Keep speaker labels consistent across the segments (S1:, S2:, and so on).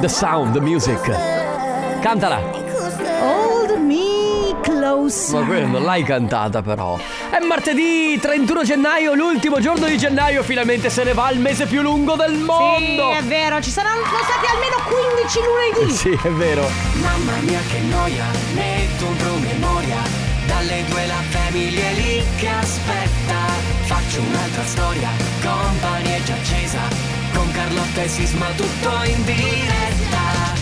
S1: The sound, the music. Cantala.
S2: Hold me close.
S1: Ma quella non l'hai cantata però. È martedì 31 gennaio, l'ultimo giorno di gennaio, finalmente se ne va il mese più lungo del mondo.
S2: Sì, è vero, ci saranno stati almeno 15 lunedì.
S1: Sì, è vero.
S3: Mamma mia che noia, metto un promemoria. Dalle due la famiglia è lì che aspetta. Faccio un'altra storia, compagnia è già accesa. Con Carlotta e Sisma tutto in diretta.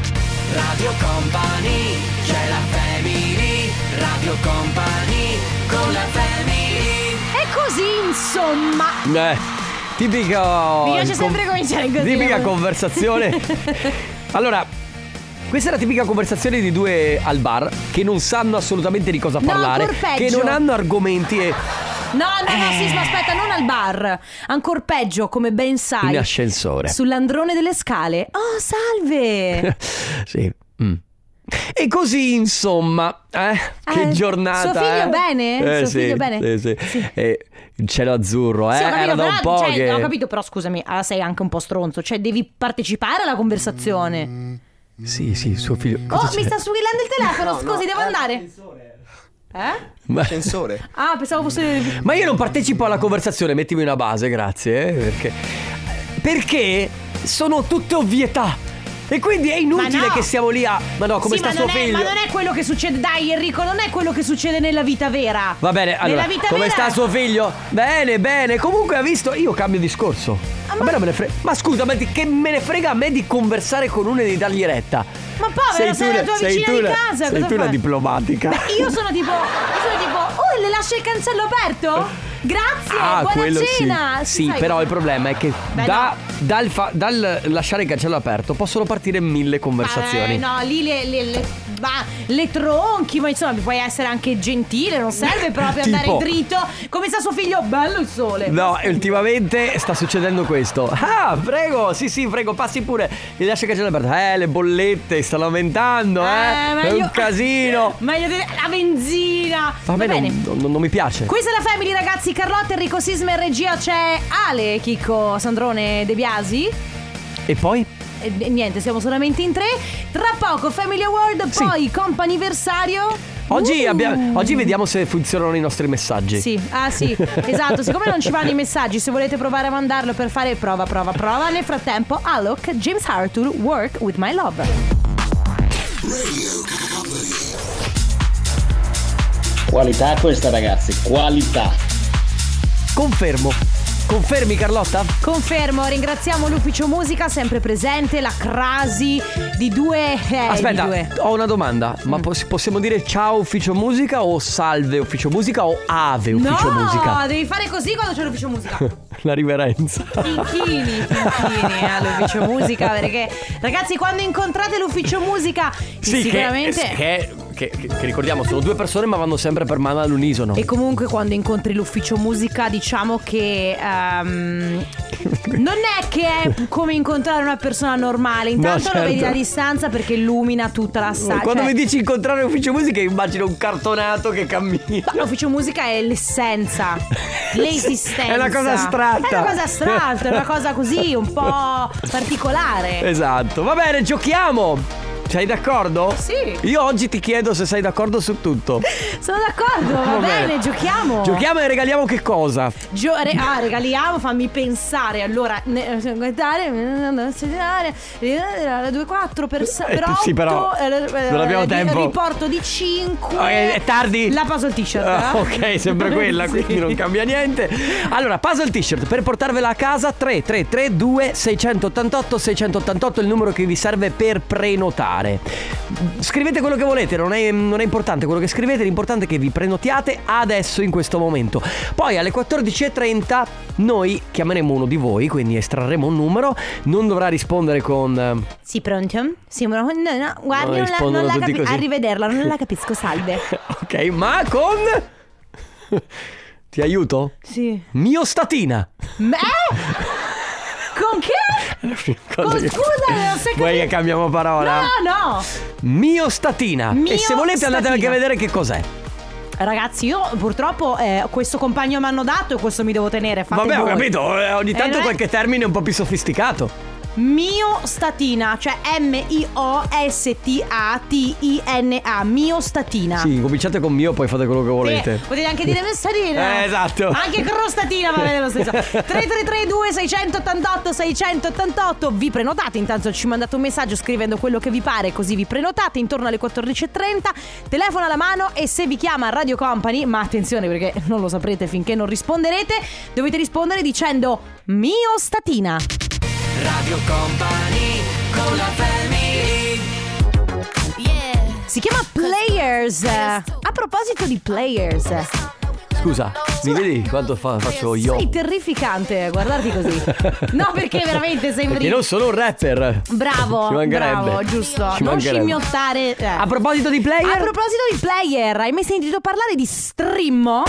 S3: Radio Company, c'è la family. Radio Company, con la family.
S2: E così, insomma,
S1: Eh, tipico.
S2: mi piace sempre cominciare così.
S1: Tipica
S2: eh.
S1: conversazione. allora, questa è la tipica conversazione di due al bar che non sanno assolutamente di cosa
S2: No,
S1: parlare,
S2: ancor peggio.
S1: che non hanno argomenti e
S2: No, no,
S1: Eh.
S2: no, Sisma, aspetta, non al bar. Ancor peggio, come ben sai.
S1: in ascensore.
S2: Sull'androne delle scale. Oh,
S1: Eh,
S2: salve!
S1: sì. mm. E così insomma, eh? Che
S2: Eh,
S1: giornata.
S2: suo figlio
S1: eh?
S2: bene?
S1: Eh,
S2: Suo
S1: sì,
S2: figlio bene?
S1: Sì, sì.
S2: Sì.
S1: Eh, il cielo azzurro, eh?
S2: Sì, ho capito,
S1: Era da un
S2: però,
S1: po'
S2: cioè,
S1: che.
S2: ho capito, però scusami, allora sei anche un po' stronzo, cioè devi partecipare alla conversazione.
S1: Sì, sì, suo figlio.
S2: oh,
S1: Mm, Cosa c'è?
S2: mi sta squillando il telefono, scusi, devo andare. Eh?
S1: Ma...
S2: Ah, pensavo fosse
S1: Ma io non partecipo alla conversazione, mettimi una base, grazie. eh, perché, perché sono tutte ovvietà. E quindi è inutile
S2: Ma no.
S1: che siamo lì a. Ma no, come
S2: sì,
S1: sta
S2: ma
S1: suo
S2: non è,
S1: figlio?
S2: Ma non è quello che succede, dai Enrico, non è quello che succede nella vita vera.
S1: Va bene,
S2: Nella
S1: allora,
S2: vita
S1: come
S2: vera-
S1: sta suo figlio? Bene, bene. Comunque ha visto, io cambio discorso.
S2: Ah,
S1: ma...
S2: ma-
S1: non me ne frega. Ma scusa, ma di- che me ne frega a me di conversare con uno e di dargli retta?
S2: Ma povero, sei, la tua
S1: sei
S2: vicina
S1: tu
S2: di
S1: la-
S2: casa,
S1: Sei
S2: cosa
S1: tu la
S2: fai?
S1: diplomatica.
S2: Io sono tipo, io sono tipo, oh, le lascio il cancello aperto? Grazie, buona cena.
S1: Ah, Sì,
S2: sai-
S1: però il problema è che
S2: Beh,
S1: da- dal, fa- dal lasciare il cancello aperto possono partire mille conversazioni.
S2: Eh, no, lì le, le- le- ma le tronchi, ma insomma, puoi essere anche gentile, non serve proprio
S1: Tipo-
S2: andare dritto. Come sta suo figlio? Bello il sole.
S1: No, e ultimamente sta succedendo questo. Ah, prego, sì, sì, prego, passi pure. Gli lascia il cancello aperto. Eh, le bollette stanno aumentando, eh. è
S2: meglio-
S1: un casino.
S2: Meglio delle- la benzina.
S1: Va bene,
S2: bene.
S1: Non, non- non mi piace.
S2: Questa è la Family ragazzi, Carlotta, Enrico Sisma in regia c'è Ale, Chicco, Sandrone, De Biasi
S1: E poi?
S2: e e niente, siamo solamente in tre. Tra poco Family Award,
S1: Sì.
S2: poi comp'anniversario.
S1: Oggi,
S2: Uh.
S1: abbiamo- oggi vediamo se funzionano i nostri messaggi.
S2: Sì, ah sì, esatto, siccome non ci vanno i messaggi, se volete provare a mandarlo per fare prova, prova, prova, nel frattempo Alok, James Arthur, Work With My Love.
S4: Qualità questa ragazzi, qualità.
S1: Confermo. Confermi, Carlotta?
S2: Eh, Confermo, ringraziamo l'ufficio musica sempre presente, la Crasi di due... eh,
S1: Aspetta,
S2: di due. Mm.
S1: ho una domanda. Ma poss- possiamo dire ciao ufficio musica o salve ufficio musica o ave ufficio
S2: no,
S1: musica?
S2: devi fare così quando c'è l'ufficio musica.
S1: La riverenza.
S2: Finchini, finchini eh, all'ufficio musica perché ragazzi quando incontrate l'ufficio musica
S1: Sì,
S2: sicuramente...
S1: Che, che- che- che ricordiamo, sono due persone ma vanno sempre per mano all'unisono.
S2: E comunque quando incontri l'ufficio musica diciamo che ehm, non è che è come incontrare una persona normale, intanto
S1: certo.
S2: lo vedi da distanza perché illumina tutta la sala.
S1: Quando
S2: cioè,
S1: mi dici incontrare ufficio musica immagino un cartonato che cammina.
S2: L'ufficio musica è l'essenza, l'esistenza.
S1: È una cosa astratta.
S2: È una cosa astratta, è una cosa così un po' particolare.
S1: Esatto, va bene, giochiamo. Sei d'accordo?
S2: Sì.
S1: Io oggi ti chiedo se sei d'accordo su tutto.
S2: Sono d'accordo,
S1: Va
S2: va,
S1: bene.
S2: bene, giochiamo.
S1: Giochiamo e regaliamo che cosa?
S2: Gio- re- ah, regaliamo, fammi pensare. Allora, ne- guardare, eh, sedare, eh, due, quattro per se-
S1: Eh,
S2: per
S1: sì, però,
S2: otto, eh, eh,
S1: non abbiamo
S2: eh,
S1: tempo.
S2: Riporto di 5.
S1: Ok, Oh, è tardi?
S2: La puzzle t-shirt.
S1: Ah,
S2: eh?
S1: ok, sempre quella,
S2: Sì.
S1: quindi non cambia niente. Allora, puzzle t-shirt per portarvela a casa 3332 688 688 il numero che vi serve per prenotare. Scrivete quello che volete, non è, non è importante quello che scrivete, l'importante è che vi prenotiate adesso in questo momento. Poi alle 14.30 noi chiameremo uno di voi, quindi estrarremo un numero, non dovrà rispondere con... eh,
S2: Sì, pronto? Sì, no, no, no, guardi, non la,
S1: rispondono
S2: non la
S1: tutti
S2: capi-
S1: così.
S2: Arrivederla, non la capisco, salve.
S1: Ok, ma con... Ti aiuto?
S2: Sì.
S1: Miostatina.
S2: Ma- eh? Con che?
S1: Cosa
S2: Con-
S1: che-
S2: Oh, scusa, eh, non sei
S1: Vuoi che
S2: capito?
S1: cambiamo parola?
S2: No, no.
S1: Miostatina. E se volete andate
S2: Miostatina.
S1: anche a vedere che cos'è.
S2: Ragazzi, io purtroppo eh, questo compagno mi hanno dato e questo mi devo tenere. Fate
S1: Vabbè, ho
S2: voi.
S1: capito. eh, Ogni tanto
S2: non è-
S1: qualche termine un po' più sofisticato.
S2: Miostatina, cioè M-I-O-S-T-A-T-I-N-A, miostatina.
S1: Sì, cominciate con mio, poi fate quello che volete.
S2: Ah. Sì, potete anche dire messatina.
S1: Eh, esatto.
S2: Anche crostatina va bene lo stesso. 3332 688 688. Vi prenotate, intanto ci mandate un messaggio scrivendo quello che vi pare, così vi prenotate intorno alle 14.30. Telefono alla mano e se vi chiama Radio Company, ma attenzione perché non lo saprete finché non risponderete, dovete rispondere dicendo miostatina.
S3: Radio Company con la family
S2: Si chiama Players. A proposito di Players,
S1: Scusa, mi vedi quanto fa- faccio io?
S2: sei terrificante guardarti così. No, perché veramente sembri
S1: Perché non sono un rapper. Ci
S2: Bravo,
S1: mancherebbe.
S2: bravo, giusto.
S1: Ci
S2: non
S1: mancherebbe. Ah,
S2: scimmiottare. eh.
S1: A proposito di player,
S2: A proposito di player, hai mai sentito parlare di Strimmo?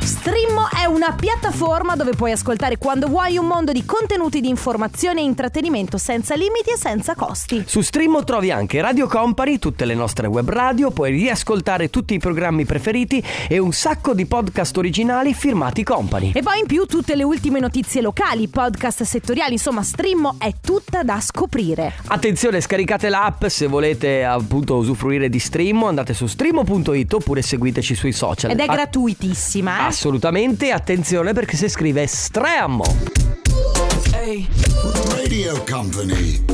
S2: Strimmo è una piattaforma dove puoi ascoltare quando vuoi un mondo di contenuti di informazione e intrattenimento senza limiti e senza costi.
S1: Su Stream trovi anche Radio Company, tutte le nostre web radio, puoi riascoltare tutti i programmi preferiti e un sacco di podcast originali firmati Company.
S2: E poi in più tutte le ultime notizie locali, podcast settoriali, insomma, Strimmo è tutta da scoprire.
S1: Attenzione, scaricate l'app se volete appunto usufruire di Stream, andate su stream.it oppure seguiteci sui social.
S2: Ed è
S1: A- Ah,
S2: gratuitissima, eh?
S1: Assolutamente, attenzione perché si scrive Stream.
S5: Radio Company.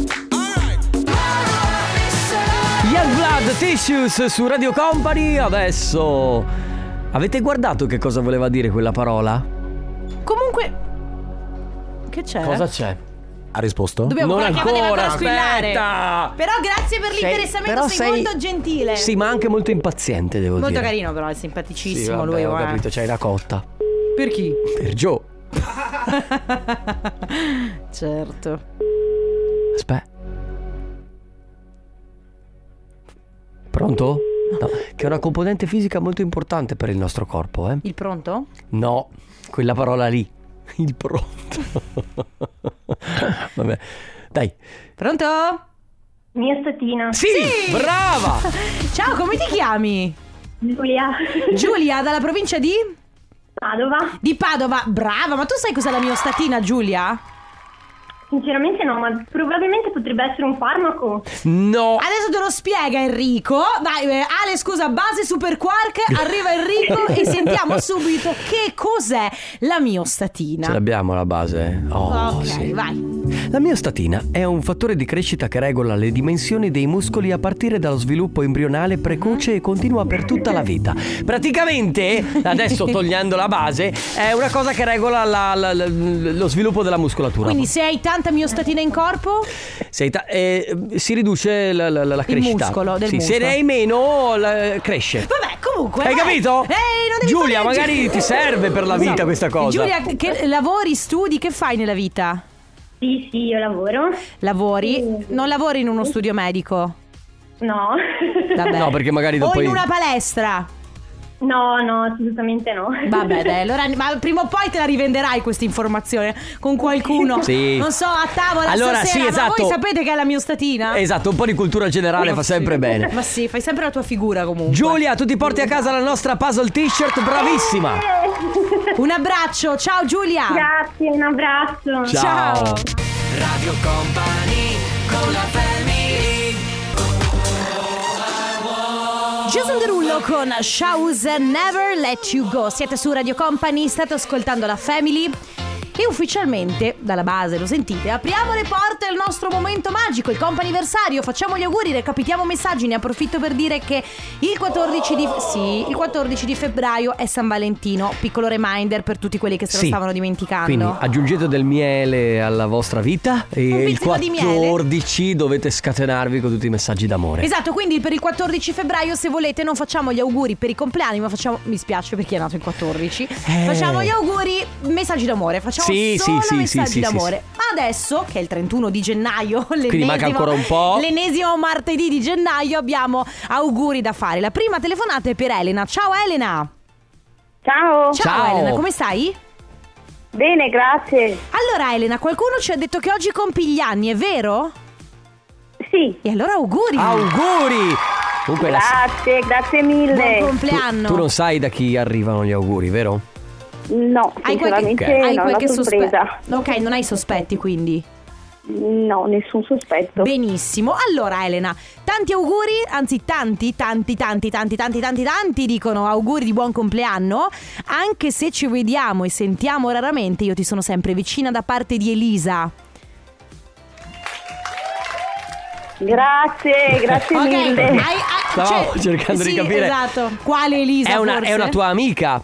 S1: Young Blood Tissues su Radio Company, adesso... Avete guardato che cosa voleva dire quella parola?
S2: Comunque che c'è?
S1: c'è?
S6: Ha risposto?
S2: Dobbiamo
S1: Eh? Non
S2: fare chiamate
S1: ancora,
S2: per squillare.
S1: aspetta.
S2: Però grazie per
S1: Sei-
S2: l'interessamento,
S1: però
S2: sei,
S1: sei-
S2: molto gentile.
S1: Sì, ma anche molto impaziente, devo
S2: Molto
S1: dire.
S2: carino però, è
S1: Sì,
S2: simpaticissimo
S1: vabbè,
S2: lui.
S1: ho
S2: guarda.
S1: capito, c'hai la cotta.
S2: Per chi?
S1: Per Joe.
S2: certo.
S1: Aspetta. Pronto? No, che è una componente fisica molto importante per il nostro corpo, eh?
S2: Il pronto?
S1: No, quella parola lì. Il pronto. Vabbè. Dai.
S2: Pronto?
S7: Mia statina.
S1: Sì, brava!
S2: Ciao, come ti chiami?
S7: Giulia.
S2: Giulia dalla provincia di
S7: Padova.
S2: di Padova. Brava, ma tu sai cos'è la miostatina, Giulia?
S7: Sinceramente no, ma probabilmente potrebbe essere un farmaco.
S1: No.
S2: Adesso te lo spiega Enrico. Dai, eh, Ale, scusa, base super quark. Arriva Enrico e sentiamo subito che cos'è la miostatina.
S1: Ce l'abbiamo la base. eh. Oh,
S2: ok,
S1: sì.
S2: vai.
S1: La miostatina è un fattore di crescita che regola le dimensioni dei muscoli a partire dallo sviluppo embrionale precoce e continua per tutta la vita. Praticamente, adesso togliendo la base, è una cosa che regola la- la- la- lo sviluppo della muscolatura.
S2: Quindi se hai tanta miostatina in corpo,
S1: Sei ta- eh, si riduce la, la- la crescita.
S2: muscolo, del
S1: Sì, Se
S2: muscolo.
S1: ne hai meno, la- cresce.
S2: vabbè, comunque.
S1: Hai
S2: dai.
S1: capito?
S2: Ehi, non devi
S1: Giulia,
S2: fare- Esatto.
S1: magari ti serve per la vita questa cosa.
S2: Giulia, che lavori, studi, che fai nella vita?
S7: Sì, sì, io lavoro.
S2: Lavori?
S7: Sì.
S2: Non lavori in uno studio medico?
S7: No.
S2: Vabbè.
S1: No, perché magari
S2: O
S1: dopo-
S2: in una palestra?
S7: No, no, assolutamente no.
S2: Vabbè, dai, allora ma prima o poi te la rivenderai questa informazione con qualcuno.
S1: Sì.
S2: Non so, a tavola
S1: Allora,
S2: stasera,
S1: sì,
S2: ma
S1: esatto.
S2: voi sapete che è la miostatina?
S1: Esatto, un po' di cultura generale fa sempre bene.
S2: Ma sì, fai sempre la tua figura comunque.
S1: Giulia, tu ti porti a casa la nostra puzzle t-shirt, bravissima!
S2: Un abbraccio, ciao Giulia.
S7: Grazie, un abbraccio.
S1: Ciao.
S3: Radio Company con la family
S2: Jason Derulo con Shows Never Let You Go. Siete su Radio Company, state ascoltando la Family. E ufficialmente, dalla base, lo sentite, apriamo le porte al nostro momento magico, il comp'anniversario. Facciamo gli auguri, recapitiamo messaggi. Ne approfitto per dire che il 14 di, sì, il 14 di febbraio è San Valentino. Piccolo reminder per tutti quelli che se lo
S1: Sì.
S2: stavano dimenticando.
S1: Quindi aggiungete del miele alla vostra vita
S2: Un
S1: e il
S2: pizzico di miele.
S1: 14 dovete scatenarvi con tutti i messaggi d'amore.
S2: Esatto, quindi per il 14 febbraio, se volete, non facciamo gli auguri per i compleanni, ma facciamo. Mi spiace perché è nato il 14. Facciamo gli auguri, messaggi d'amore. Facciamo
S1: Eh. Sì,
S2: solo
S1: sì, sì,
S2: messaggi
S1: sì, sì,
S2: d'amore. Adesso, che è il 31 di gennaio, l'ennesimo,
S1: manca ancora un po'.
S2: l'ennesimo martedì di gennaio, abbiamo auguri da fare. La prima telefonata è per Elena. Ciao Elena!
S8: Ciao,
S1: Ciao.
S2: Elena, come stai?
S8: bene, grazie.
S2: Allora, Elena, qualcuno ci ha detto che oggi compi gli anni, è vero?
S8: Sì,
S2: E allora auguri!
S1: Auguri! Comunque la-
S8: grazie, grazie mille.
S2: Buon
S1: tu-
S2: compleanno!
S1: tu, non sai da chi arrivano gli auguri, vero?
S8: No,
S2: Hai qualche,
S8: sinceramente
S2: hai
S8: non
S2: qualche
S8: ho sorpresa.
S2: sospe- Ok, non hai sospetti quindi.
S8: No, nessun sospetto.
S2: Benissimo. Allora, Elena, tanti auguri, anzi tanti, tanti, tanti, tanti, tanti, tanti, tanti dicono auguri di buon compleanno. Anche se ci vediamo e sentiamo raramente, io ti sono sempre vicina da parte di Elisa.
S8: Grazie, grazie
S2: Ok,
S8: mille.
S2: hai- hai-
S1: Stavamo
S2: cioè,
S1: cercando di
S2: sì,
S1: capire.
S2: Esatto. Quale Elisa?
S1: È una,
S2: forse?
S1: è una tua amica.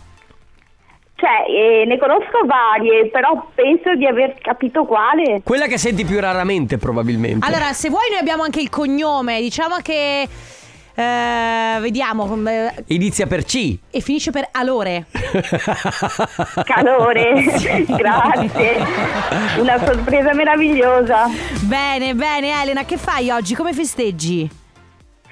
S8: Cioè, eh, ne conosco varie, però penso di aver capito quale.
S1: Quella che senti più raramente, probabilmente.
S2: Allora, se vuoi, noi abbiamo anche il cognome. Diciamo che. eh, vediamo. come-
S1: Inizia per C.
S2: E finisce per Alore.
S8: Calore, grazie. Una sorpresa meravigliosa.
S2: Bene, bene, Elena, che fai oggi? Come festeggi?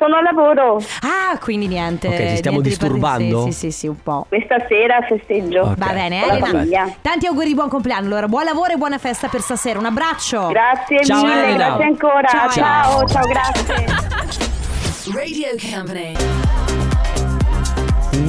S8: Sono al lavoro.
S2: Ah, quindi niente.
S1: Ok, ci stiamo
S2: niente di particolare.
S1: disturbando?
S2: Sì, sì, sì, sì, un po'.
S8: Questa sera festeggio.
S1: Ok. Oh.
S2: Va bene,
S8: Con la
S2: Elena.
S8: famiglia.
S2: Tanti auguri di buon compleanno. Allora, buon lavoro e buona festa per stasera. Un abbraccio.
S8: Grazie
S1: Ciao,
S8: mille,
S1: Elena.
S8: grazie ancora.
S2: Ciao,
S8: ciao, ciao grazie.
S6: Radio Company.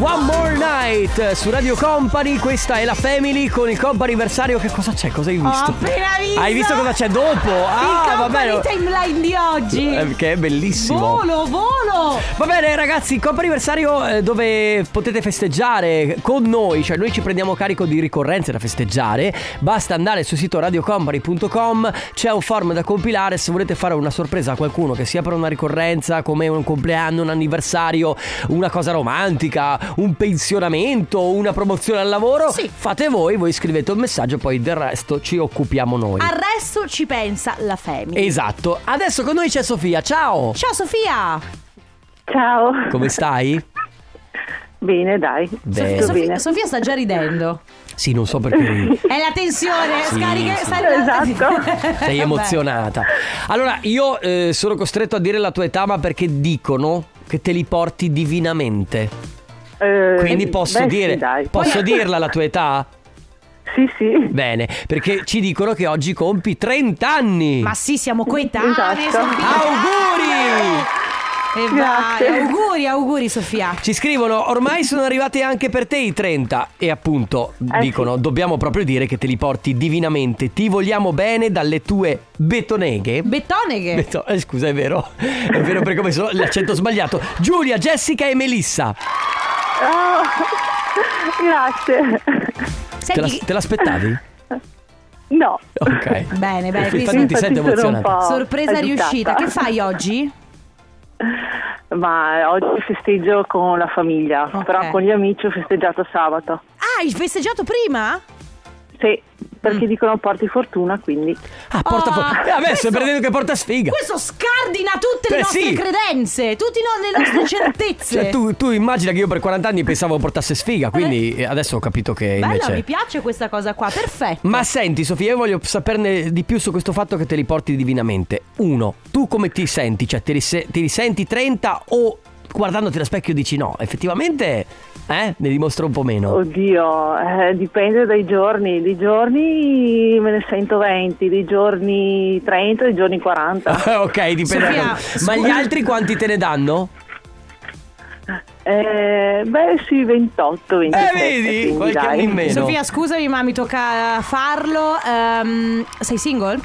S1: One More Night su Radio Company, questa è la Family con il comp anniversario. Che cosa c'è? Cosa hai
S2: Ho
S1: visto?
S2: appena visto.
S1: Hai visto cosa c'è dopo? Ah,
S2: Ah, il
S1: va
S2: company
S1: bene.
S2: timeline di oggi.
S1: Eh, Che è bellissimo.
S2: Volo, volo.
S1: Va bene ragazzi, comp anniversario eh, dove potete festeggiare con noi, cioè noi ci prendiamo carico di ricorrenze da festeggiare, basta andare sul sito radiocompany.com, c'è un form da compilare se volete fare una sorpresa a qualcuno che sia per una ricorrenza come un compleanno, un anniversario, una cosa romantica, un pensionamento, una promozione al lavoro,
S2: Sì.
S1: fate voi, voi scrivete un messaggio, poi del resto ci occupiamo noi.
S2: Al resto ci pensa la family.
S1: esatto, adesso con noi c'è Sofia, ciao!
S2: Ciao Sofia.
S8: Ciao.
S1: Come stai?
S8: Bene, dai.
S1: Bene.
S8: Tutto
S2: Sofia,
S8: bene.
S2: Sofia sta già ridendo.
S1: Sì, non so perché...
S2: È la tensione.
S1: Sì,
S2: scarica.
S1: sì.
S2: sai la-
S8: Esatto.
S1: Sei
S2: Vabbè.
S1: emozionata. Allora, io eh, sono costretto a dire la tua età, ma perché dicono che te li porti divinamente.
S8: Eh,
S1: Quindi posso
S8: beh, sì,
S1: dire,
S8: dai.
S1: posso dirla la tua età?
S8: Sì, sì.
S1: Bene, perché ci dicono che oggi compi 30 anni.
S2: Ma sì, siamo coetanei.
S8: Esatto.
S2: Sofia.
S1: Auguri!
S2: E vai,
S8: Grazie.
S2: auguri, auguri Sofia.
S1: Ci scrivono, ormai sono arrivati anche per te i 30 e appunto
S8: Eh, sì.
S1: dicono, dobbiamo proprio dire che te li porti divinamente, ti vogliamo bene dalle tue betoneghe.
S2: Bettoneghe.
S1: Beto- eh, scusa, è vero. È vero per come sono l'accento sbagliato. Giulia, Jessica e Melissa.
S8: Oh, grazie.
S1: Te, la-
S2: Senti,
S1: te l'aspettavi?
S8: No.
S1: Ok.
S2: Bene, bene,
S1: Infatti,
S2: quindi
S1: non ti
S8: Infatti
S1: sento
S8: sono un
S1: emozionata.
S8: po'
S2: sorpresa
S8: agitata.
S2: riuscita. Che fai oggi?
S9: Ma oggi festeggio con la famiglia,
S2: Ok.
S9: però con gli amici ho festeggiato sabato.
S2: Ah, hai festeggiato prima?
S9: Sì, perché
S1: Mm.
S9: dicono porti fortuna, quindi.
S1: Ah, porta fu-
S2: Ah,
S1: Eh, vabbè,
S2: questo-
S1: sto prendendo che porta sfiga.
S2: Questo scardina tutte le
S1: Beh,
S2: nostre
S1: Eh, sì.
S2: credenze, tutte no- le nostre certezze.
S1: Cioè, tu, tu immagina che io per 40 anni pensavo portasse sfiga, quindi eh, adesso ho capito che
S2: Bella,
S1: invece.
S2: mi piace questa cosa qua, perfetto.
S1: Ma senti, Sofia, io voglio saperne di più su questo fatto che te li porti divinamente. Uno, tu come ti senti? Cioè, ti, rise- ti risenti 30 o guardandoti allo specchio dici no? Effettivamente, eh, ne dimostra un po' meno.
S8: Oh,
S9: Oddio, eh, dipende dai giorni. Dei giorni me ne sento 20, dei giorni 30, dei giorni 40.
S1: Ah, ok, dipende.
S2: Sofia,
S1: da-
S2: scusa.
S1: Ma gli altri quanti te ne danno?
S9: Eh, beh, sì, 28, 27.
S1: Eh, vedi?
S9: quindi,
S1: Qualche
S9: dai.
S1: anno in meno.
S2: Sofia, scusami, ma mi tocca farlo. Ehm, sei single?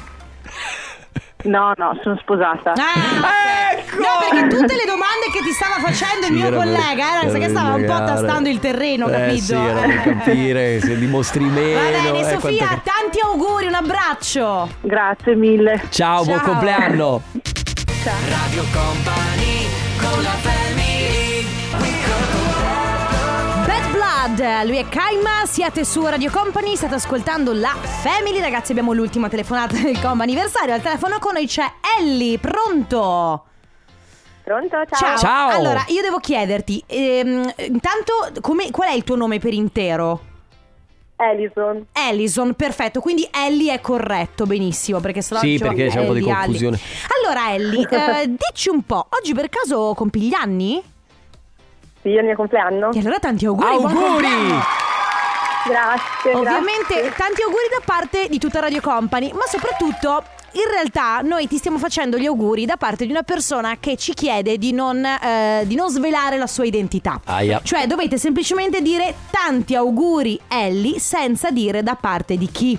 S9: No, no, sono sposata.
S2: Ah, ok.
S1: Ecco!
S2: No, perché tutte le domande che ti stava facendo il mio collega, era che stava un po' tastando il
S1: Eh,
S2: terreno, capito?
S1: se dimostri
S2: Va bene,
S1: eh,
S2: Sofia,
S1: quanto-
S2: tanti auguri, un abbraccio.
S9: Grazie mille.
S1: Ciao, buon
S2: Ciao.
S1: compleanno.
S2: Bad Blood, lui è Kaima, siete su Radio Company, state ascoltando la Family. Ragazzi, abbiamo l'ultima telefonata del combo anniversario. Al telefono con noi c'è Ellie, pronto?
S8: Pronto? Ciao.
S1: Ciao.
S2: Allora, io devo chiederti, ehm, intanto, come- qual è il tuo nome per intero?
S8: Alison.
S2: Allison, perfetto, quindi Ellie è corretto, benissimo, perché sennò
S1: Sì,
S2: dicevo
S1: perché c'è un po' di
S2: Ellie, Ellie.
S1: confusione.
S2: Allora Ellie, eh, dici un po', oggi per caso compi gli anni?
S8: Sì, è il mio compleanno.
S1: Eh.
S2: E allora tanti auguri! buon
S1: Auguri!
S2: compleanno!
S8: Grazie.
S2: Ovviamente
S8: grazie.
S2: tanti auguri da parte di tutta Radio Company, ma soprattutto in realtà noi ti stiamo facendo gli auguri da parte di una persona che ci chiede di non, eh, di non svelare la sua identità.
S1: Aia.
S2: Cioè dovete semplicemente dire tanti auguri Ellie senza dire da parte di chi.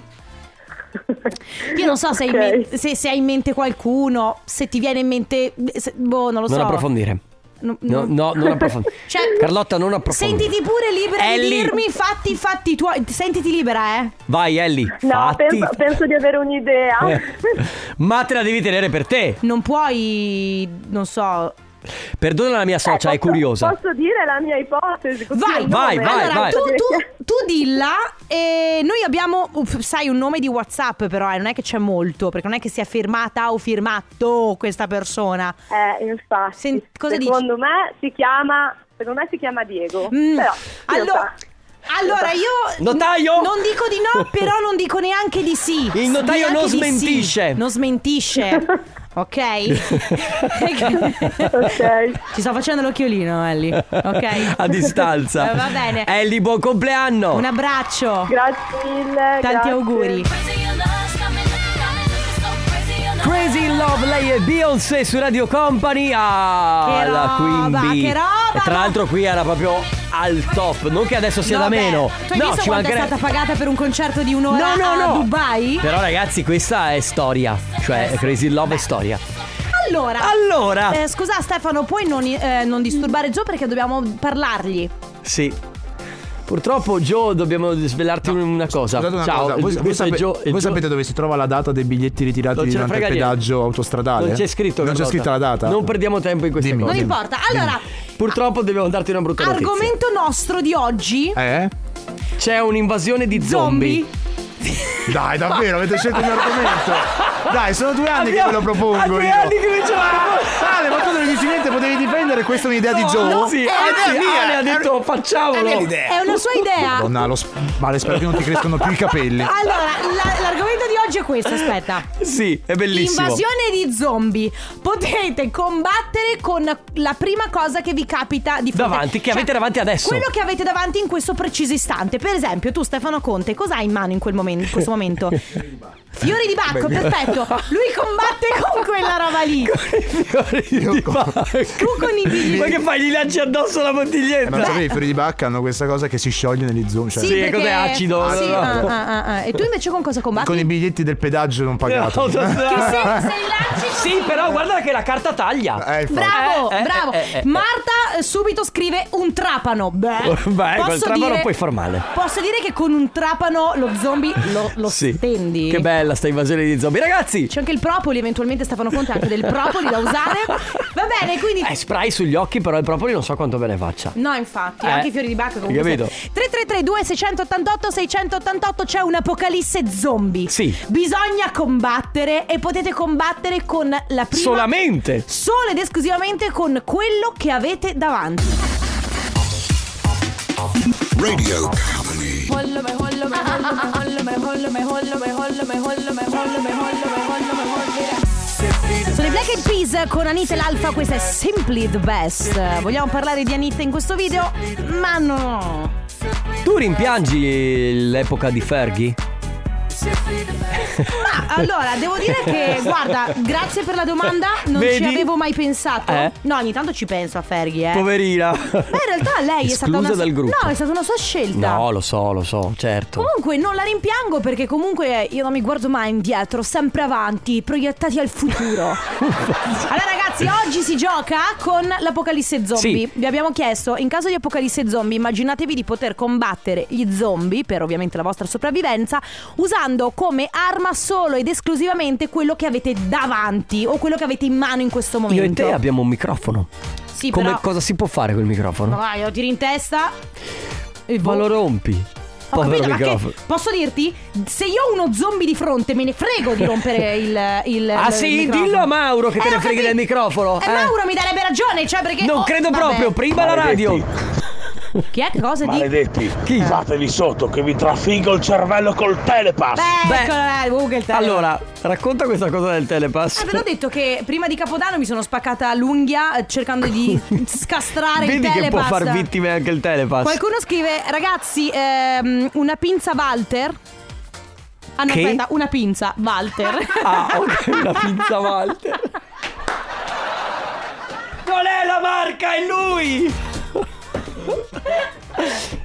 S2: Io non so se, hai in
S9: Ok.
S2: men- se- se hai in mente qualcuno, se ti viene in mente... se- boh, non lo so.
S1: Non approfondire.
S2: No,
S1: No,
S2: no.
S1: no, non approfondire.
S2: Cioè-
S1: Carlotta, non approfondire.
S2: Sentiti pure libera di
S1: Ellie.
S2: dirmi fatti i fatti tuoi. Sentiti libera, eh.
S1: Vai, Ellie.
S8: No,
S1: fatti.
S8: penso, penso di avere un'idea.
S1: Eh. Ma te la devi tenere per te.
S2: Non puoi, non so.
S1: Perdona la mia
S8: Eh,
S1: socia, è
S8: posso-
S1: curiosa.
S8: Posso dire la mia ipotesi? così
S2: Vai,
S8: il
S1: vai,
S8: nome.
S1: vai,
S2: allora,
S1: vai.
S2: Tu, tu, tu dilla e noi abbiamo, uff, sai, un nome di WhatsApp però, eh, non è che c'è molto, perché non è che sia firmata o firmato questa persona.
S8: Eh, infatti.
S2: Sen- cosa dici?
S8: secondo me si chiama. Secondo me si chiama Diego.
S2: Mm,
S8: Però,
S2: Allora, allora io
S1: Notaio?
S2: non dico di no, però non dico neanche di sì.
S1: Il notaio
S2: Neanche
S1: non
S2: di sì.
S1: smentisce.
S2: Non smentisce. Ok?
S8: Ok.
S2: Ci sto facendo l'occhiolino, Ellie. Ok?
S1: A distanza.
S2: Eh, Va bene.
S1: Ellie, buon compleanno.
S2: Un abbraccio.
S8: Grazie mille.
S2: Tanti
S8: grazie.
S2: auguri.
S1: Crazy in Love, lei e Beyoncé su Radio Company. Ah,
S2: Che
S1: la
S2: roba,
S1: quindi.
S2: che roba!
S1: E tra l'altro qui era proprio al top. Non che adesso sia
S2: Vabbè,
S1: da meno.
S2: Tu hai visto quanto è stata pagata per un concerto di un'ora
S1: No, no,
S2: a
S1: no.
S2: Dubai?
S1: Però ragazzi, questa è storia. Cioè, Crazy in Love è storia.
S2: Allora,
S1: Allora,
S2: eh, scusa Stefano, puoi non, eh, non disturbare Gio perché dobbiamo parlargli.
S1: sì. Purtroppo, Joe, dobbiamo svelarti una cosa.
S10: Scusate una
S1: Ciao,
S10: cosa, voi,
S1: il-
S10: voi
S1: questo è
S10: sape-
S1: Joe- il Joe-
S10: voi sapete dove si trova la data dei biglietti ritirati
S1: Non ce ne
S10: durante il
S1: frega niente.
S10: pedaggio autostradale?
S1: Non c'è scritto
S10: eh? Non c'è
S1: Carlotta.
S10: scritta la data.
S1: Non perdiamo tempo in queste
S10: Dimmi.
S2: Non
S1: cose.
S10: Dimmi.
S2: importa. Allora,
S1: Purtroppo dobbiamo darti una brutta notizia.
S2: argomento nostro di oggi.
S10: Eh?
S1: C'è un'invasione di zombie.
S10: Dai, davvero, avete scelto il mio argomento. Dai, sono due anni che ve
S1: Abbiamo-
S10: lo propongo
S1: a due
S10: io.
S1: anni che mi ce la-
S10: Ale, ma tu non dici niente, potevi difendere, questa è un'idea di Joe.
S1: No, sì,
S10: È
S1: anzi,
S10: un'idea mia. Eh,
S1: Ale Eh, ha detto facciamolo.
S2: È una sua idea.
S10: Madonna, lo sp- Vale, spero che non ti crescano più i capelli.
S2: Allora, la- l'argomento di oggi è questo, aspetta.
S1: Sì, è bellissimo.
S2: Invasione di zombie. Potete combattere con la prima cosa che vi capita di fronte.
S1: Davanti, che avete davanti adesso.
S2: cioè, Quello che avete davanti in questo preciso istante. Per esempio, tu Stefano Conte, cosa hai in mano in, quel momento, in questo momento? Fiori di bacco, perfetto. Lui combatte con quella roba lì.
S1: Fiori di
S2: Tu
S1: bacco.
S2: con i bigli.
S1: Ma che fai? Gli lanci addosso la
S10: Eh, Non
S1: bottiglietta?
S10: sapevi, i fiori di bacca hanno questa cosa che si scioglie negli zoom. Cioè,
S1: Sì,
S2: perché-
S1: cos'è, acido?
S2: Sì,
S1: No, no, no.
S2: ah, ah, ah. E tu invece con cosa combatti?
S10: con i biglietti del pedaggio
S1: Eh,
S10: non pagato.
S2: Che se,
S1: Autostrada.
S2: se lanci così-
S1: Sì, però guarda che la carta taglia.
S10: Eh, infatti.
S2: Bravo,
S1: Eh, eh,
S2: bravo.
S1: eh, eh, eh.
S2: Marta eh, subito scrive un trapano. Beh,
S1: Beh, col
S2: posso
S1: trapano
S2: dire-
S1: puoi far male.
S2: Posso dire che con un trapano lo zombie lo, lo
S1: Sì.
S2: stendi.
S1: Che bella sta invasione di zombie, ragazzi.
S2: C'è anche il propoli, eventualmente Stefano Conte ha anche del propoli da usare. Va bene, quindi.
S1: Eh, spray sugli occhi, però il proprio non so quanto ve ne faccia.
S2: No, infatti,
S1: Eh,
S2: anche i fiori di bacca comunque.
S1: hai capito?
S2: 3332 688 688 c'è un'apocalisse zombie.
S1: Sì.
S2: Bisogna combattere e potete combattere con la prima
S1: Solamente.
S2: solo ed esclusivamente con quello che avete davanti.
S5: Radio Company.
S2: Sono i Black Eyed Peas con Anita e l'Alfa, questa è Simply the Best. Vogliamo parlare di Anita in questo video? Ma no.
S1: Tu rimpiangi l'epoca di Fergie?
S2: Eh. Ma allora, devo dire che, guarda, grazie per la domanda, non ci
S1: Vedi?
S2: avevo mai pensato.
S1: Eh?
S2: No, ogni tanto ci penso a Fergie, eh.
S1: Poverina.
S2: Ma in realtà lei è stata
S1: Esclusa
S2: una
S1: dal gruppo.
S2: No, è stata una sua scelta.
S1: No, lo so, lo so, certo.
S2: Comunque non la rimpiango perché comunque io non mi guardo mai indietro, sempre avanti, proiettati al futuro. allora ragazzi, oggi si gioca con l'apocalisse zombie.
S1: Sì.
S2: Vi abbiamo chiesto, in caso di apocalisse zombie, immaginatevi di poter combattere gli zombie per ovviamente la vostra sopravvivenza usando come arma solo ed esclusivamente quello che avete davanti o quello che avete in mano in questo
S1: Io
S2: momento.
S1: e te abbiamo un microfono.
S2: Sì,
S1: Come
S2: però
S1: cosa si può fare col microfono?
S2: Vai, lo tiri in testa. E
S1: Ma
S2: boh.
S1: lo rompi.
S2: Ho
S1: Povero
S2: capito, ma
S1: microfono.
S2: che, posso dirti? Se io ho uno zombie di fronte, me ne frego di rompere il. il
S1: Ah,
S2: il
S1: sì?
S2: microfono.
S1: Dillo a Mauro che te
S2: Eh,
S1: ne
S2: ho
S1: freghi
S2: capito.
S1: del microfono,
S2: Eh,
S1: eh.
S2: Mauro mi darebbe ragione, cioè perché.
S1: Non
S2: oh,
S1: credo
S2: vabbè.
S1: proprio, prima la radio.
S2: Chi è che cosa di. Beh,
S1: Chi?
S11: fatevi sotto che vi trafiggo il cervello col telepass.
S1: Beh.
S2: eccola, eh, Google Tele.
S1: Allora, racconta questa cosa del telepass.
S2: Eh, ve l'ho detto che prima di Capodanno mi sono spaccata l'unghia eh, cercando di scastrare
S1: Vedi
S2: il telepass.
S1: che può far vittime anche il telepass.
S2: Qualcuno scrive, ragazzi, ehm, una pinza Walter. Ah, no,
S1: Che?
S2: aspetta, una pinza Walter.
S1: Ah, ok, una pizza Walter. Qual è la marca? È lui!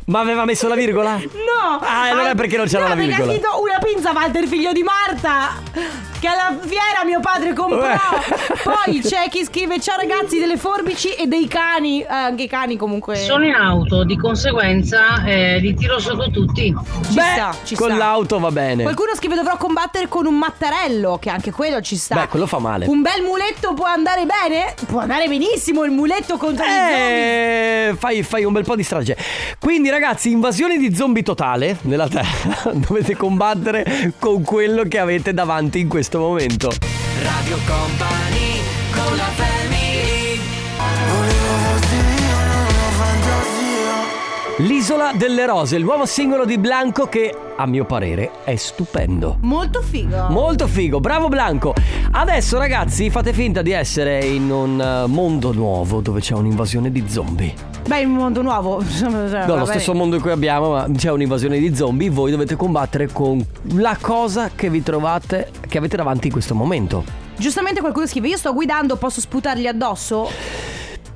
S1: Ma aveva messo la virgola?
S2: No!
S1: Ah, allora perché non c'era
S2: no,
S1: la
S2: perché
S1: virgola?
S2: ha scritto una pinza Walter, figlio di Marta! Che alla fiera mio padre comprò!
S1: Eh.
S2: Poi c'è chi scrive: Ciao ragazzi, delle forbici e dei cani. Eh, anche i cani comunque.
S12: Sono in auto, di conseguenza eh, li tiro sotto tutti.
S2: Ci
S1: Beh,
S2: sta, ci
S1: con
S2: sta.
S1: l'auto va bene.
S2: Qualcuno scrive: Dovrò combattere con un mattarello, che anche quello ci sta.
S1: Beh, quello fa male.
S2: Un bel muletto può andare bene? Può andare benissimo il muletto contro gli zombie.
S1: Eh, fai, fai un bel po' di strage. Quindi, ragazzi, invasione di zombie totale nella Terra. Dovete combattere con quello che avete davanti in questo momento.
S3: Radio Company con la family.
S1: L'isola delle rose, il nuovo singolo di Blanco che, a mio parere, è stupendo.
S2: Molto figo.
S1: Molto figo, bravo Blanco. Adesso ragazzi fate finta di essere in un eh, mondo nuovo dove c'è un'invasione di zombie.
S2: Beh, il mondo nuovo. Cioè, Ah,
S1: No, lo stesso mondo in cui abbiamo, ma c'è un'invasione di zombie, voi dovete combattere con la cosa che vi trovate, che avete davanti in questo momento.
S2: Giustamente qualcuno scrive: Io sto guidando, posso sputargli addosso?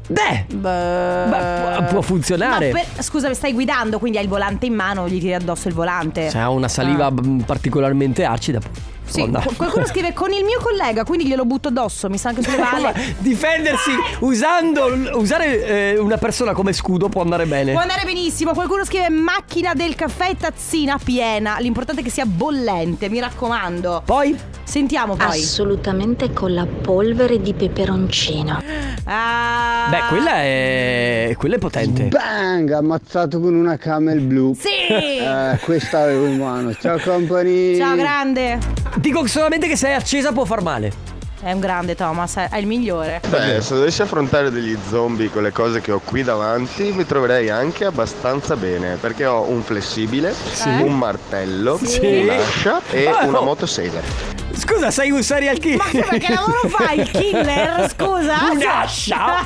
S2: Eh,
S1: Beh, beh, può- può funzionare.
S2: No, per- scusami, stai guidando, quindi hai il volante in mano, gli tiri addosso il volante.
S1: Se ha una saliva mm, particolarmente acida. può
S2: Ah. Sì,
S1: andare.
S2: qu- qualcuno scrive con il mio collega, quindi glielo butto addosso, mi sa anche sulle
S1: Ma
S2: palle.
S1: difendersi usando usare eh, una persona come scudo può andare bene.
S2: Può andare benissimo, qualcuno scrive macchina del caffè e tazzina piena, l'importante è che sia bollente, mi raccomando.
S1: Poi?
S2: Sentiamo poi.
S13: Assolutamente con la polvere di peperoncino.
S2: Ah,
S1: Beh, quella è quella è potente.
S14: Bang! Ammazzato con una camel blu.
S2: Sì!
S14: Eh, questa avevo in mano. Ciao company!
S2: ciao grande.
S1: Dico solamente che se è accesa può far male.
S2: È un grande Thomas, è è il migliore.
S15: Beh, Eh, se dovessi affrontare degli zombie con le cose che ho qui davanti, mi troverei anche abbastanza bene, perché ho un flessibile, un martello,
S1: Sì.
S15: un'ascia e
S1: Oh.
S15: una motosega.
S1: Scusa, sei un serial killer.
S2: Ma come che lavoro fai il killer? Scusa.
S1: Un'ascia?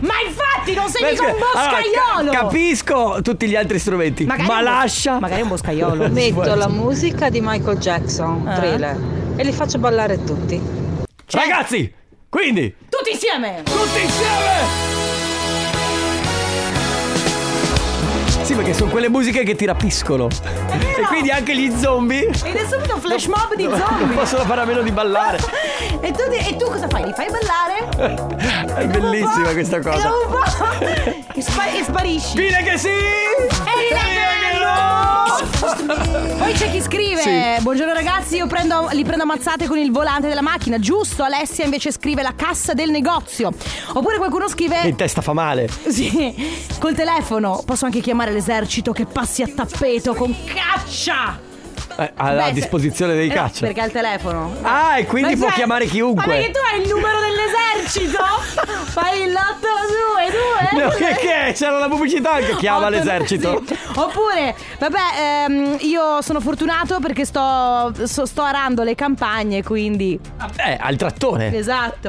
S2: Ma infatti non sei
S1: Beh,
S2: mica un
S1: scusa, allora,
S2: boscaiolo.
S1: Ah, ca- capisco tutti gli altri strumenti,
S2: Magari
S1: ma
S2: un bos-
S1: lascia.
S2: Magari è un boscaiolo.
S16: Metto la musica di Michael Jackson,
S2: Ah.
S16: thriller, e li faccio ballare tutti.
S1: Ragazzi, quindi
S2: Tutti insieme.
S1: Tutti insieme. Sì, perché sono quelle musiche che ti rapiscono. E quindi anche gli zombie
S2: Ed è subito un flash mob di
S1: non- non
S2: zombie.
S1: possono fare a meno di ballare.
S2: E tu, e tu cosa fai? Li fai ballare?
S1: È bellissima questa
S2: E
S1: cosa.
S2: dopo un po' e, spa- e sparisci.
S1: Fine che sì!
S2: E no! Poi c'è chi scrive:
S1: Sì.
S2: Buongiorno ragazzi, io prendo, li prendo ammazzate con il volante della macchina. Giusto, Alessia invece scrive la cassa del negozio. Oppure qualcuno scrive:
S1: In testa fa male.
S2: Sì, col telefono posso anche chiamare l'esercito che passi a tappeto con caccia.
S1: Eh, alla
S2: Beh, se-
S1: disposizione dei
S2: eh,
S1: caccia.
S2: Perché ha il telefono.
S1: Ah, e quindi
S2: Ma
S1: può
S2: sai-
S1: chiamare chiunque.
S2: Ma perché tu hai il numero dell'esercito? Fai il 822.
S1: No, che, che è? C'era la pubblicità che chiama
S2: eh? Otto-
S1: l'esercito.
S2: sì. Oppure, vabbè, ehm, io sono fortunato perché sto, so- sto arando le campagne, quindi.
S1: Eh, al trattore.
S2: Esatto.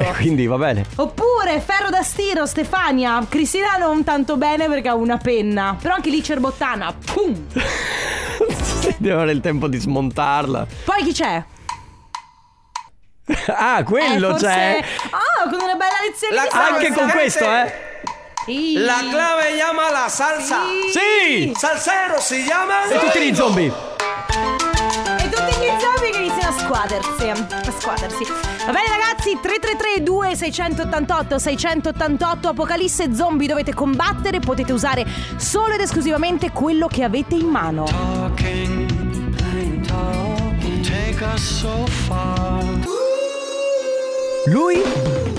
S1: E quindi va bene.
S2: Oppure ferro da stiro, Stefania. Cristina non tanto bene perché ha una penna. Però anche lì cerbottana. Pum.
S1: Devo avere il tempo di smontarla.
S2: Poi chi c'è?
S1: Ah, quello
S2: Eh, forse-
S1: c'è.
S2: Oh, con una bella lezione di salsa.
S1: Anche con questo, eh.
S2: Sì.
S17: clave llama la salsa.
S1: Sì.
S17: Salsero si llama.
S1: E tutti gli zombie.
S2: E tutti gli zombie che iniziano a squadersi. A squadersi. Va bene ragazzi, 333 688 688 Apocalisse zombie dovete combattere, potete usare solo ed esclusivamente quello che avete in mano.
S1: Lui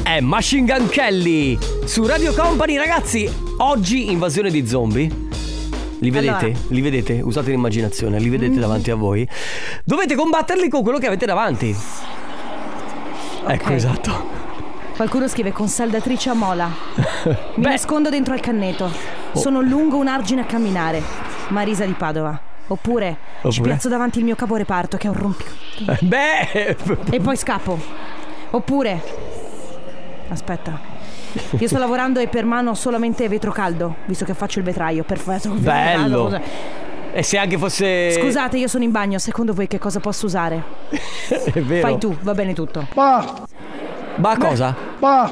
S1: è Machine Gun Kelly. Su Radio Company, ragazzi, oggi invasione di zombie. Li vedete?
S2: Allora.
S1: Li vedete? Usate l'immaginazione, li vedete davanti a voi. Dovete combatterli con quello che avete davanti. Ecco, esatto.
S2: Qualcuno scrive con saldatrice a mola. Mi nascondo dentro al canneto. Sono lungo un argine a camminare. Marisa di Padova. Oppure, ci
S1: Oppure?
S2: piazzo davanti il mio caporeparto che è un rompico.
S1: Eh, Beh, eh,
S2: E poi scappo. Oppure. Aspetta. Io sto lavorando e per mano solamente vetro caldo, visto che faccio il vetraio. Perfetto.
S1: bello. E se anche fosse.
S2: Scusate, io sono in bagno. Secondo voi che cosa posso usare?
S1: È vero.
S2: Fai tu, va bene tutto.
S1: Ma cosa?
S2: Ma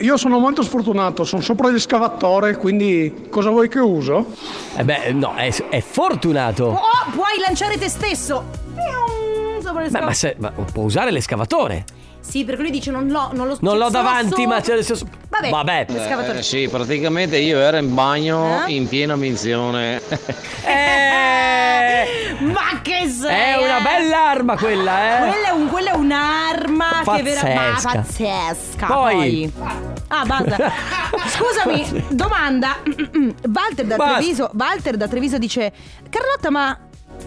S18: io sono molto sfortunato, sono sopra gli scavatore, quindi cosa vuoi che uso?
S1: Eh beh, no, è, è fortunato.
S2: Oh, puoi lanciare te stesso. Pium, Sopra le
S1: Beh,
S2: scatole.
S1: ma, se- ma può usare l'escavatore.
S2: Sì, perché lui dice non l'ho, non lo
S1: Non l'ho
S2: cioè, se
S1: davanti,
S2: so-
S1: ma c'è il stesso-
S2: Vabbè,
S1: Vabbè.
S2: l'escavatore.
S19: Eh, sì, praticamente io ero in bagno
S2: Eh?
S19: in piena minzione.
S2: Ma che sei?
S1: Eh. È una
S2: eh?
S1: bella arma quella, eh.
S2: Quella è, un- quella è un'arma che è vera ma
S1: Pazzesca.
S2: pazzesca.
S1: Poi.
S2: Ah, basta. Scusami, domanda. Walter da,
S1: Basta.
S2: Treviso, Walter da Treviso dice: Carlotta, ma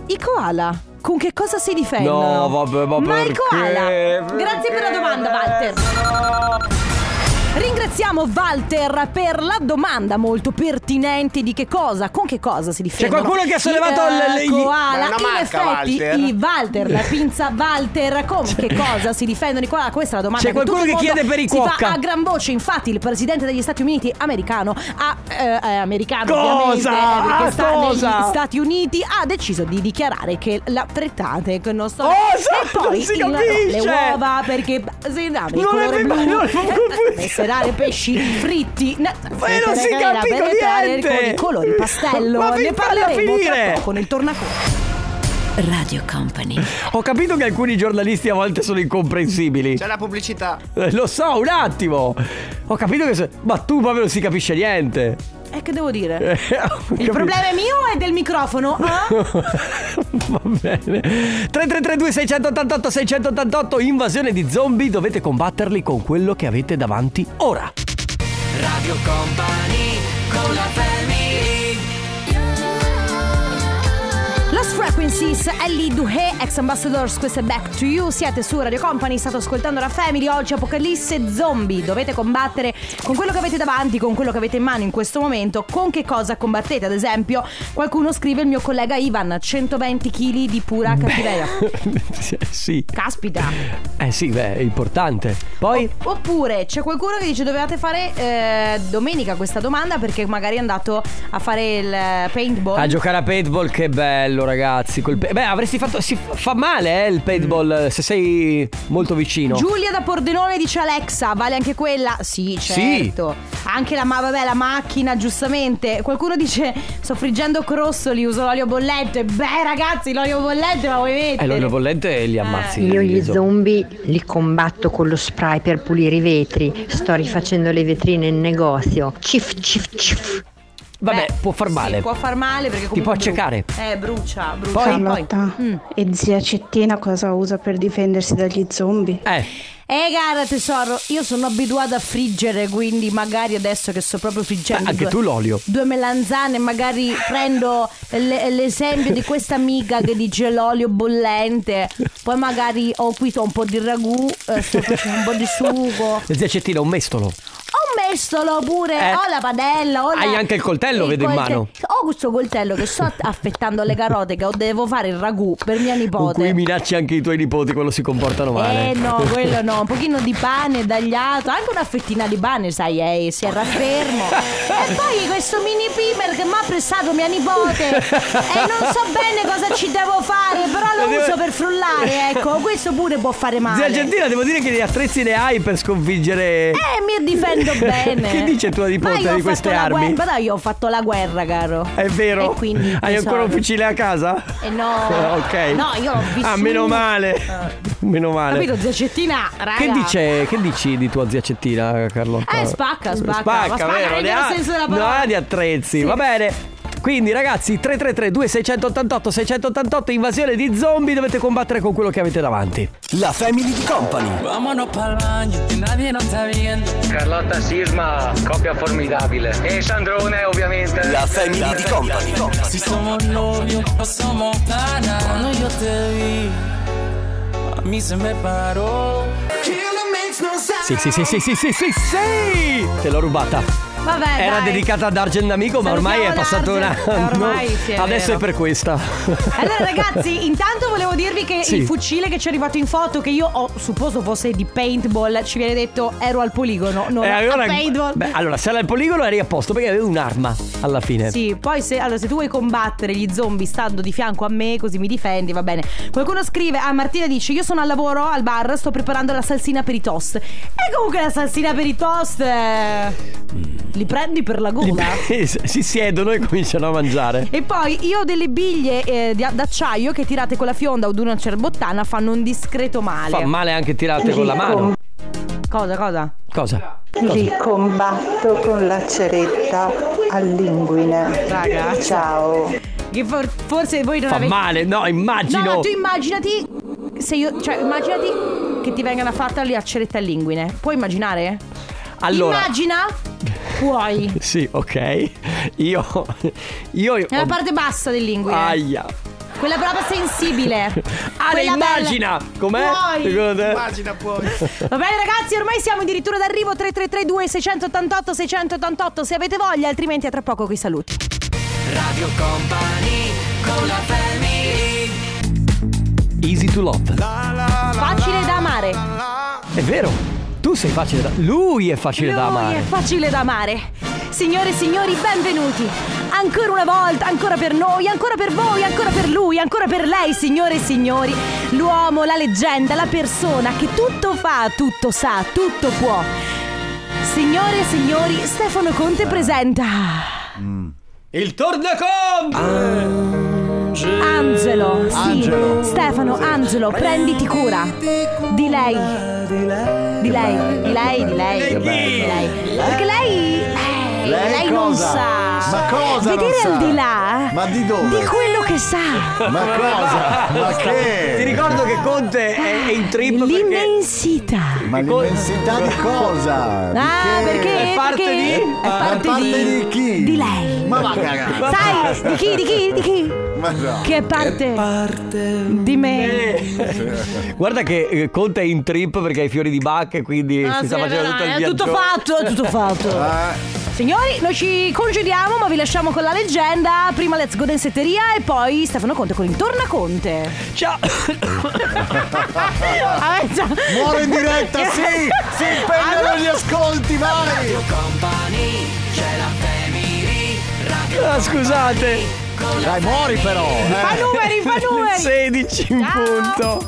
S2: i koala con che cosa si difendono?
S1: No, vabbè, ma
S2: Ma i
S1: perché?
S2: koala. Grazie per la domanda, Walter. Ringraziamo Walter per la domanda molto pertinente di che cosa, con che cosa si difendono.
S1: qualcuno che ha
S2: i,
S1: sollevato il-
S2: eh,
S1: il-
S2: koala.
S1: Ma è una
S2: In
S1: marca,
S2: effetti,
S1: Walter?
S2: i Walter, la pinza Walter, con che cosa si difendono i koala? Questa è la domanda.
S1: C'è qualcuno
S2: tutto il
S1: che
S2: mondo
S1: chiede per i
S2: si
S1: cuoca.
S2: fa a gran voce, infatti, il presidente degli Stati Uniti americano ha eh, eh, americano
S1: Cosa?
S2: ovviamente, eh, perché
S1: Ah,
S2: sta
S1: cosa?
S2: negli Stati Uniti ha deciso di dichiarare che la frittate che non so
S1: Cosa?
S2: e poi
S1: Non si
S2: il-
S1: capisce!
S2: le uova perché si dà il
S1: Non
S2: colore
S1: è-
S2: blu
S1: ma non è-
S2: messerà le pesci fritti no,
S1: Ma io non si
S2: era
S1: capisco
S2: vegetale
S1: niente!
S2: con i colori pastello
S1: Ma
S2: ne
S1: mi falla
S2: parleremo
S1: finire!
S2: tra poco nel tornaconto
S1: Radio Company. Ho capito che alcuni giornalisti a volte sono incomprensibili. C'è
S10: Cioè
S1: la pubblicità. Lo so, un attimo. Ho capito che. se- Ma tu proprio non si capisce niente.
S2: e che devo dire
S1: Eh, ho
S2: il
S1: capito.
S2: problema è mio o è del microfono ah?
S1: Va bene. 3332 688 688 invasione di zombie, dovete combatterli con quello che avete davanti ora.
S3: Radio Company con la family.
S2: Lost Frequencies, Ellie Duhe, ex ambassadors, questo è Back to You, siete su Radio Company, state ascoltando la Family, oggi Apocalisse Zombie, dovete combattere con quello che avete davanti, con quello che avete in mano in questo momento, con che cosa combattete, ad esempio qualcuno scrive il mio collega Ivan, 120 kg di pura cattiveria,
S1: sì.
S2: caspita,
S1: Eh sì, beh, è importante. Poi
S2: oppure c'è qualcuno che dice dovevate fare eh, domenica questa domanda perché magari è andato a fare il eh, paintball,
S1: a giocare a paintball, che bello, ragazzi. Col pa- beh, avresti fatto. Si fa male, eh, il paintball, se sei molto vicino.
S2: Giulia da Pordenone dice Alexa, vale anche quella? Sì,
S1: Sì.
S2: certo. Anche la, ma- vabbè, la macchina, giustamente. Qualcuno dice sto friggendo crossoli, uso l'olio bollente. Beh, ragazzi, l'olio bollente, ma vuoi
S1: Eh,
S2: mettere?
S1: l'olio bollente li ammazzi.
S20: Io gli
S1: zo-
S20: zombie li combatto con lo spray per pulire i vetri. Sto rifacendo le vetrine in negozio. Cif, cif, cif.
S1: Vabbè, può far
S2: Sì,
S1: male.
S2: può far male perché
S1: Ti può
S2: comunque
S1: accecare.
S2: bru- Eh, brucia, brucia. Mm.
S21: Poi, Carlotta e zia Cettina cosa usa per difendersi dagli zombie?
S2: Eh cara tesoro, io sono abituata a friggere, quindi magari adesso che sto proprio friggendo...
S1: Beh, anche
S2: due-
S1: tu l'olio.
S2: Due melanzane, magari prendo l- l'esempio di questa amica che dice l'olio bollente, poi magari ho qui un po' di ragù, eh, sto facendo un po' di sugo.
S1: Zia Cettina, un mestolo.
S2: Ho messo pure,
S1: Eh.
S2: ho la padella, ho la-
S1: Hai anche il coltello, vedo in mano.
S2: Ho questo coltello che sto affettando alle carote che ho- devo fare il ragù per mia
S1: Con
S2: nipote.
S1: cui minacci anche i tuoi nipoti quando si comportano male.
S2: Eh no, quello no, un pochino di pane tagliato, anche una fettina di pane, sai, eh, si era fermo. e poi questo mini pimer che mi ha prestato mia nipote e non so bene cosa ci devo fare, però lo
S1: Devo-
S2: uso per frullare, ecco, questo pure può fare
S1: Zia
S2: male.
S1: Argentina, devo dire che gli attrezzi ne hai per sconfiggere.
S2: Eh, mi difendo bene.
S1: Che dice tua nipote
S2: Ma io ho
S1: di
S2: fatto
S1: queste
S2: la
S1: armi?
S2: guerra- dai, io ho fatto la guerra, caro.
S1: È vero?
S2: E quindi,
S1: hai
S2: tesoro.
S1: ancora un fucile a casa?
S2: Eh no.
S1: ok.
S2: No, io l'ho visto.
S1: Ah, meno male. Meno male.
S2: Capito, zia Cettina, raga.
S1: Che, dice, che dici di tua zia Cettina, Carlotta?
S2: Eh, spacca, spacca. Ma spacca
S1: vero?
S2: nel
S1: Ne
S2: vero
S1: ha-
S2: senso della parola.
S1: ne ha di attrezzi, va bene. Quindi ragazzi, 333-2688-688, invasione di zombie, dovete combattere con quello che avete davanti. La family di company.
S3: Vámonos pa'l baño, que nadie nos está viendo.
S22: Carlotta Sisma, coppia formidabile. E Sandrone, ovviamente. La family di company.
S3: Si somos novios o somos panas. Cuando yo te vi, a mí se me paró.
S1: Sì, sì, sì, sì, sì, sì, sì, sì! Te l'ho rubata.
S2: Vabbè,
S1: Era
S2: Eh, dai.
S1: dedicata ad Argent Amico, ma ormai è passato un
S2: Salutiamo
S1: anno.
S2: l'Argent, ormai sì, è
S1: Adesso
S2: vero.
S1: è per questa.
S2: Allora ragazzi, intanto volevo dirvi che
S1: Sì.
S2: il fucile che ci è arrivato in foto, che io ho supposo fosse di paintball, ci viene detto ero al poligono, non
S1: Eh, allora,
S2: a paintball.
S1: beh, allora, se era il poligono eri a posto perché avevi un'arma alla fine.
S2: Sì, poi se, allora, se tu vuoi combattere gli zombie stando di fianco a me, così mi difendi, va bene. Qualcuno scrive, ah Martina dice, io sono al lavoro, al bar, sto preparando la salsina per i toast. E comunque la salsina per i toast... eh, Li prendi per la gola?
S1: si siedono e cominciano a mangiare.
S2: E poi io ho delle biglie eh, di- d'acciaio che tirate con la fionda o di una cerbottana fanno un discreto male. Ecco.
S1: Fa male anche tirate con la mano.
S2: Cosa, cosa?
S1: Cosa?
S4: Li combatto con la ceretta all'inguine.
S2: Raga.
S4: Ciao.
S2: Che for- forse voi non
S1: Fa
S2: avete...
S1: male, no,
S2: No,
S1: immagino.
S2: no, tu immaginati se io, cioè immaginati che ti vengano fatta lì a ceretta all'inguine. Puoi immaginare?
S1: Allora.
S2: Immagina. Puoi.
S1: Sì, ok. Io. Io.
S2: È la parte bassa dell'inguine.
S1: Aia.
S2: Quella proprio sensibile.
S1: Ale,
S2: Quella
S1: immagina!
S2: bella.
S1: Com'è?
S2: Puoi.
S1: Secondo te?
S2: Va bene ragazzi, ormai siamo addirittura d'arrivo 3332 688 688 se avete voglia, altrimenti a tra poco coi saluti.
S3: Radio Company con la family
S1: Easy to love.
S2: Facile da amare.
S1: È vero. Tu sei facile da. Lui è facile da
S2: Lui
S1: amare.
S2: è facile da amare. Signore e signori, benvenuti. Ancora una volta, ancora per noi, ancora per voi, ancora per lui, ancora per lei, signore e signori. L'uomo, la leggenda, la persona che tutto fa, tutto sa, tutto può. Signore e signori, Stefano Conte presenta
S1: Il Ah. tornaconte!
S2: Angelo. Sì,
S3: Angelo.
S2: Stefano, Angelo, prenditi cura di lei. Di lei, di lei, di lei.
S3: Che
S2: Di lei.
S3: bello.
S2: Perché lei. eh,
S3: Lei
S2: non
S3: cosa?
S2: sa.
S3: Ma cosa non
S2: Vedere
S3: sa?
S2: al di là.
S3: Ma di dove?
S2: Di quello che sa.
S3: Ma cosa? Ma che?
S1: Ti ricordo che Conte è,
S2: Ah.
S1: è in trip
S2: L'immensità.
S1: Ma l'immensità
S7: di cosa?
S2: Ah, perché?
S3: È parte
S2: perché
S3: di-
S2: È
S3: Ma
S2: parte,
S3: parte
S2: di...
S3: di
S7: chi?
S2: Di lei.
S7: Ma va a cagare.
S2: Sai? Di chi? Di chi? Di chi?
S7: Ma no.
S2: Che è parte, di me.
S1: Guarda che eh, Conte è in trip perché ha i fiori di bacche, quindi
S2: Ah,
S1: si sta
S2: sì,
S1: facendo
S2: no,
S1: tutto il
S2: è
S1: viaggio. Eh.
S2: tutto fatto, è tutto fatto. Signori, noi ci congediamo, ma vi lasciamo con la leggenda. Prima Let's Go Densetteria e poi Stefano Conte con il Tornaconte. Ah, eh,
S1: Ciao!
S3: Muore in diretta, sì! Si impegnano gli ascolti, vai! Radio Company, c'è la family
S1: Ah, scusate!
S3: Dai, muori però! eh.
S1: Fa
S3: numeri, fa numeri!
S1: 16 in punto.